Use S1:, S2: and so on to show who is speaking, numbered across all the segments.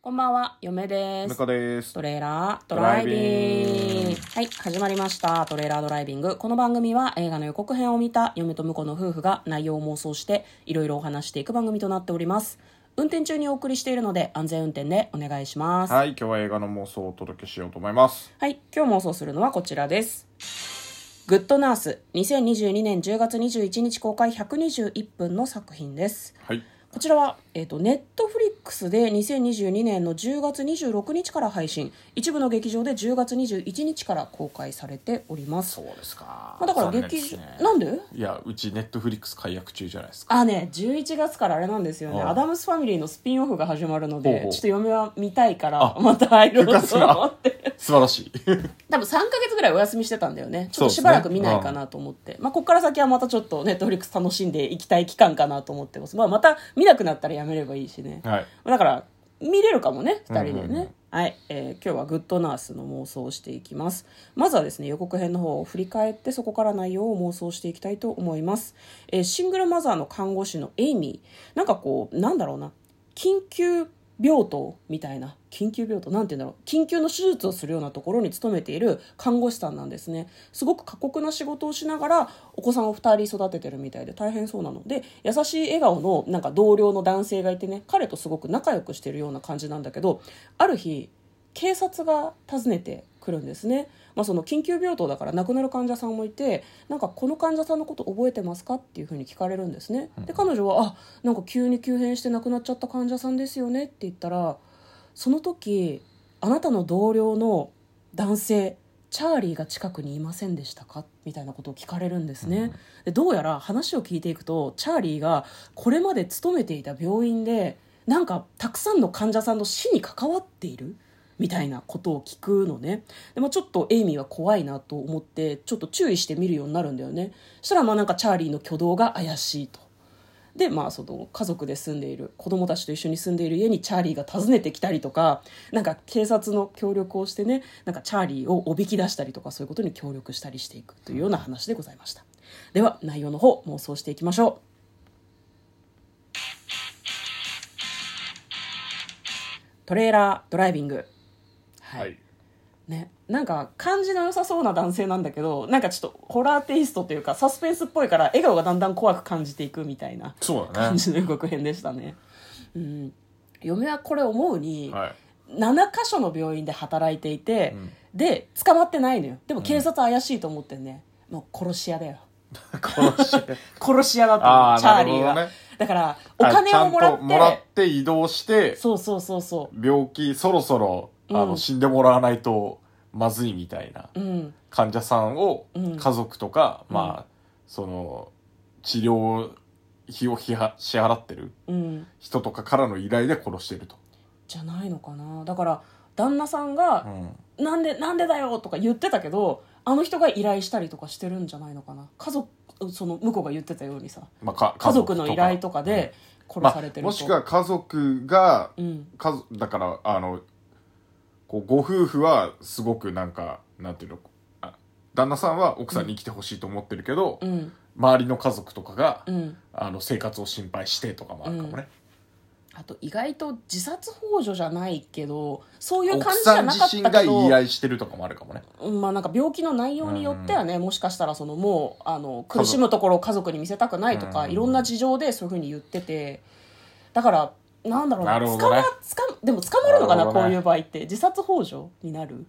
S1: こんばんは、嫁で
S2: ム
S1: す
S2: カ。です
S1: トレーラードライビング。はい、始まりました。トレーラードライビング。この番組は映画の予告編を見た嫁と婿の夫婦が内容を妄想していろいろお話していく番組となっております。運転中にお送りしているので安全運転でお願いします。はい、
S2: はい今日は映画の妄想をお届けしようと思います
S1: 今日妄想するのはこちらです。グッドナース2022年10月21日公開121分の作品です。
S2: はい
S1: こちらは、えー、とネットフリックスで2022年の10月26日から配信一部の劇場で10月21日から公開されております、
S2: うですか
S1: まあ、だから劇場、なんで
S2: いやうちネットフリックス解約中じゃないですか
S1: あね11月からあれなんですよね
S2: ああ
S1: アダムスファミリーのスピンオフが始まるので
S2: ほうほう
S1: ちょっと嫁は見たいから
S2: あ
S1: また入ろうと
S2: 復活
S1: 思
S2: な
S1: って
S2: 素晴らしい
S1: 多分3ヶ月ぐらいお休みしてたんだよねちょ
S2: そ
S1: っ
S2: う
S1: と
S2: です
S1: し
S2: ね
S1: ばらく見ないかなと思って、まあ、ここから先はまたちょっとネットフリックス楽しんでいきたい期間かなと思ってます、まあ、また見なくなったらやめればいいしね
S2: はい
S1: だから見れるかもね2人でね、
S2: うんうんうん
S1: はい、えー今日は「グッドナース」の妄想をしていきますまずはですね予告編の方を振り返ってそこから内容を妄想していきたいと思います、えーシングルマザーの看護師のエイミーなんかこうなんだろうな緊急病棟みたいな緊急病棟なんて言うんだろう緊急の手術をするようなところに勤めている看護師さんなんですねすごく過酷な仕事をしながらお子さんを2人育ててるみたいで大変そうなので優しい笑顔のなんか同僚の男性がいてね彼とすごく仲良くしてるような感じなんだけどある日警察が訪ねてくるんですね、まあ、その緊急病棟だから亡くなる患者さんもいてなんかこの患者さんのこと覚えてますかっていうふうに聞かれるんですねで彼女は「あなんか急に急変して亡くなっちゃった患者さんですよね」って言ったらその時あなたの同僚の男性チャーリーが近くにいませんでしたかみたいなことを聞かれるんですね、でどうやら話を聞いていくとチャーリーがこれまで勤めていた病院でなんかたくさんの患者さんの死に関わっているみたいなことを聞くのねで、まあ、ちょっとエイミーは怖いなと思ってちょっと注意してみるようになるんだよねそしたらまあなんかチャーリーの挙動が怪しいと。でまあ、その家族で住んでいる子供たちと一緒に住んでいる家にチャーリーが訪ねてきたりとかなんか警察の協力をしてねなんかチャーリーをおびき出したりとかそういうことに協力したりしていくというような話でございましたでは内容の方妄想していきましょうトレーラードライビング
S2: はい
S1: ね、なんか感じの良さそうな男性なんだけどなんかちょっとホラーテイストというかサスペンスっぽいから笑顔がだんだん怖く感じていくみたいな
S2: そうだ
S1: 感
S2: ね
S1: じの予告編でしたね。 うん、嫁はこれ思うに、
S2: はい
S1: 7箇所の病院で働いていて、
S2: うん
S1: で捕まってないのよでも警察怪しいと思ってんね、もう殺し屋だよ
S2: 殺し
S1: 殺し屋だと思
S2: あ
S1: う
S2: ー
S1: チャーリー
S2: なる
S1: は、
S2: ほどね
S1: だからお金をもら
S2: あちゃん
S1: っ
S2: と
S1: て
S2: もらって移動して
S1: そうそうそうそ
S2: 病気そろそろあ
S1: う
S2: の
S1: ん
S2: 死んでもらわないとまずいみたいな
S1: ううん
S2: 患者さんを
S1: うん
S2: 家族とか、
S1: うん
S2: まあその治療費をひは支払ってる
S1: うん
S2: 人とかからの依頼で殺してると、
S1: じゃないのかなだから旦那さんが
S2: ん、
S1: 「なんでなんでだよ」とか言ってたけどあの人が依頼したりとかしてるんじゃないのかな家族その向こうが言ってたようにさ
S2: まあ、か
S1: 家族の依頼とかで殺されて
S2: まあ、も
S1: る
S2: し
S1: と、
S2: くは家族が
S1: うん
S2: 家族だからあのこうご夫婦はすごくなんかなんていうのあ旦那さんは奥さんに来てほしいと思ってるけど、
S1: うん
S2: 周りの家族とかが、
S1: うん
S2: あの生活を心配してとかもあるかもね、
S1: あと意外と自殺ほ助じゃないけどそういう
S2: 奥
S1: 感じじ
S2: さ
S1: ゃ
S2: ん
S1: なかっ
S2: 自身
S1: た
S2: が
S1: け
S2: 依
S1: ど
S2: 頼してるとかもあるかもね
S1: うんまあなんか病気の内容によってはね、もしかしたらそのもうあの苦しむところを家族に見せたくないとか、
S2: うん
S1: いろんな事情でそういうふうに言っててだからなんだろう
S2: なるほどね
S1: 捕まつかでも捕まるのかな
S2: なるほ
S1: こ
S2: ど
S1: う
S2: ね
S1: いう場合って自殺ほ助になる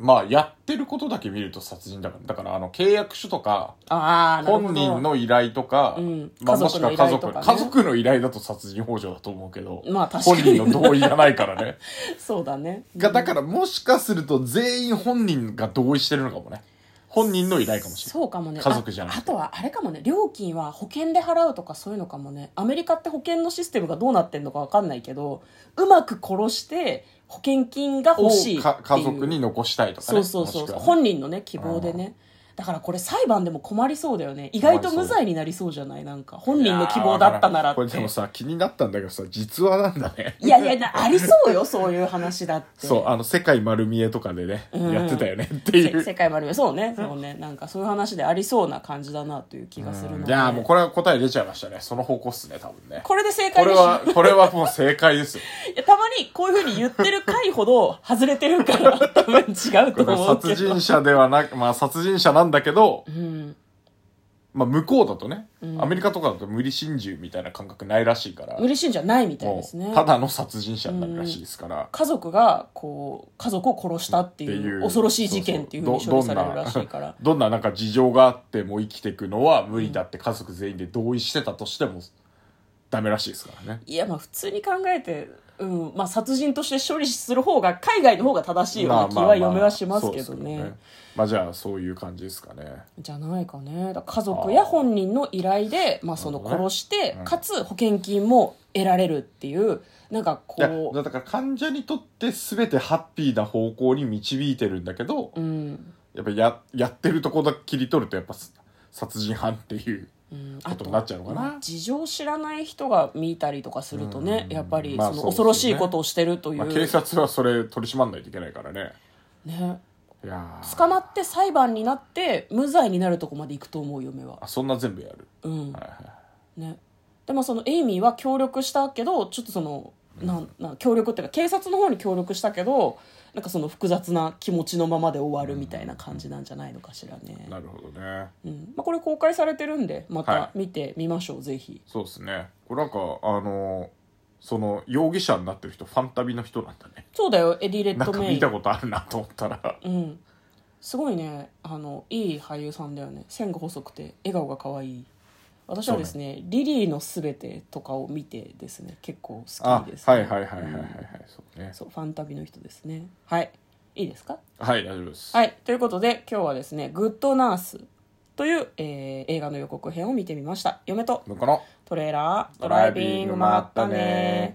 S2: まあやってることだけ見ると殺人だからだからあの契約書とか
S1: ああなるほど
S2: 本人の依頼とか、
S1: うん
S2: まあ、
S1: 家
S2: も
S1: 族
S2: しく
S1: の
S2: は
S1: 依
S2: 家
S1: 頼
S2: 族
S1: とかね
S2: 家族の依頼だと殺人幇助だと思うけど、
S1: まあ確か
S2: 本
S1: に
S2: 人の同意がないからね
S1: そうだね
S2: がだからもしかすると全員本人が同意してるのかもね本人の依頼かもしれない
S1: そうかもね
S2: 家族じゃなく
S1: あ
S2: て
S1: あとはあれかもね料金は保険で払うとかそういうのかもねアメリカって保険のシステムがどうなってんのか分かんないけどうまく殺して保険金が欲しいっていう
S2: をか家族に残したいとか
S1: そ
S2: ね
S1: うそうそう
S2: もしくはね
S1: 本人のね希望でね、だからこれ裁判でも困りそうだよね意外と無罪になりそうじゃないなんか本人の希望だったならっ
S2: いやーわからんこれ
S1: て
S2: でもさ気になったんだけどさ実話なんだね
S1: いやいやなありそうよそういう話だって
S2: そうあの「世界丸見え」とかでね、
S1: うん
S2: やってたよねっていう
S1: せ世界丸めそうねそうねなんかそういう話でありそうな感じだなという気がするの
S2: うん
S1: で
S2: いやーもうこれは答え出ちゃいましたねその方向っすね多分ね
S1: これで正
S2: こ
S1: 解
S2: れ
S1: でし
S2: はこれはもう正解ですよ
S1: い やたまにこういうふうに言ってる回ほど外れてるから 多分違う
S2: これ
S1: と
S2: は
S1: 思うけ
S2: 殺
S1: ど
S2: 人者ではなくまあ殺人者なんだけど、
S1: うん
S2: まあ、向こうだとね、
S1: うん
S2: アメリカとかだと無理心中みたいな感覚ないらしいから
S1: 無理心じゃないみたい
S2: も
S1: ですね
S2: うただの殺人者になるらしいですから、
S1: 家族がこう家族を殺したって
S2: って
S1: い
S2: いう
S1: う恐ろしい事件っていうふうに
S2: そうそ
S1: 処理さ
S2: う
S1: れるらしいから
S2: どんななんか事情があっても生きていくのは無理だって家族全員で同意してたとしてもダメらしいですからね。
S1: いやまあ普通に考えて、うんまあ、殺人として処理する方が海外の方が正しいような気は嫁はしますけどね,、
S2: そうですよまあじゃあそういう感じですかね。
S1: じゃないかねだから家族や本人の依頼で、まあ、その
S2: なるほど
S1: 殺
S2: ね
S1: して、
S2: うん
S1: かつ保険金も得られるっていうなんか
S2: いや
S1: こ
S2: だから患者にとって全てハッピーな方向に導いてるんだけど、
S1: う、うん
S2: やっぱややってるとこだけ切り取るとやっぱ殺人犯っていう。
S1: うん、
S2: ことになっちゃうのかな
S1: まあ事情を知らない人が見たりとかするとね、
S2: うん
S1: やっぱり
S2: まあ
S1: その
S2: そうですよ
S1: 恐
S2: ね
S1: ろしいことをしてるという、
S2: まあ、警察はそれ取り締まんないといけないからね。
S1: ね、
S2: いやー
S1: 捕まって裁判になって無罪になるとこまで行くと思う嫁は
S2: あそんな全部やる。
S1: うん
S2: はいはい
S1: ねでもそのエイミーは協力したけどちょっとそのなんなん協力っていうか警察の方に協力したけどなんかその複雑な気持ちのままで終わるみたいな感じなんじゃないのかしらね、
S2: なるほどね。
S1: うんまあ、これ公開されてるんでまた
S2: は
S1: 見てみましょうぜひ
S2: そうですね。これなんか、あのーその、容疑者になってる人、ファンタビの人なんだね。
S1: そうだよエディ・レッ
S2: なん
S1: ド
S2: か
S1: メイ
S2: 見
S1: ン
S2: たことあるなと思ったら。
S1: うんすごいねあのいい俳優さんだよね線が細くて笑顔が可愛い私はですねリリーのすべてとかを見てですね結構好
S2: あ
S1: きです、ね、
S2: はいはいはいはいはいはい。そうね。
S1: そうファンタビの人ですねはいいいですか
S2: はい、大丈夫です。
S1: はいということで今日はですね「グッドナース」という、えー映画の予告編を見てみました嫁と
S2: 向こうの
S1: トレーラード
S2: ドライビング
S1: ま
S2: まったね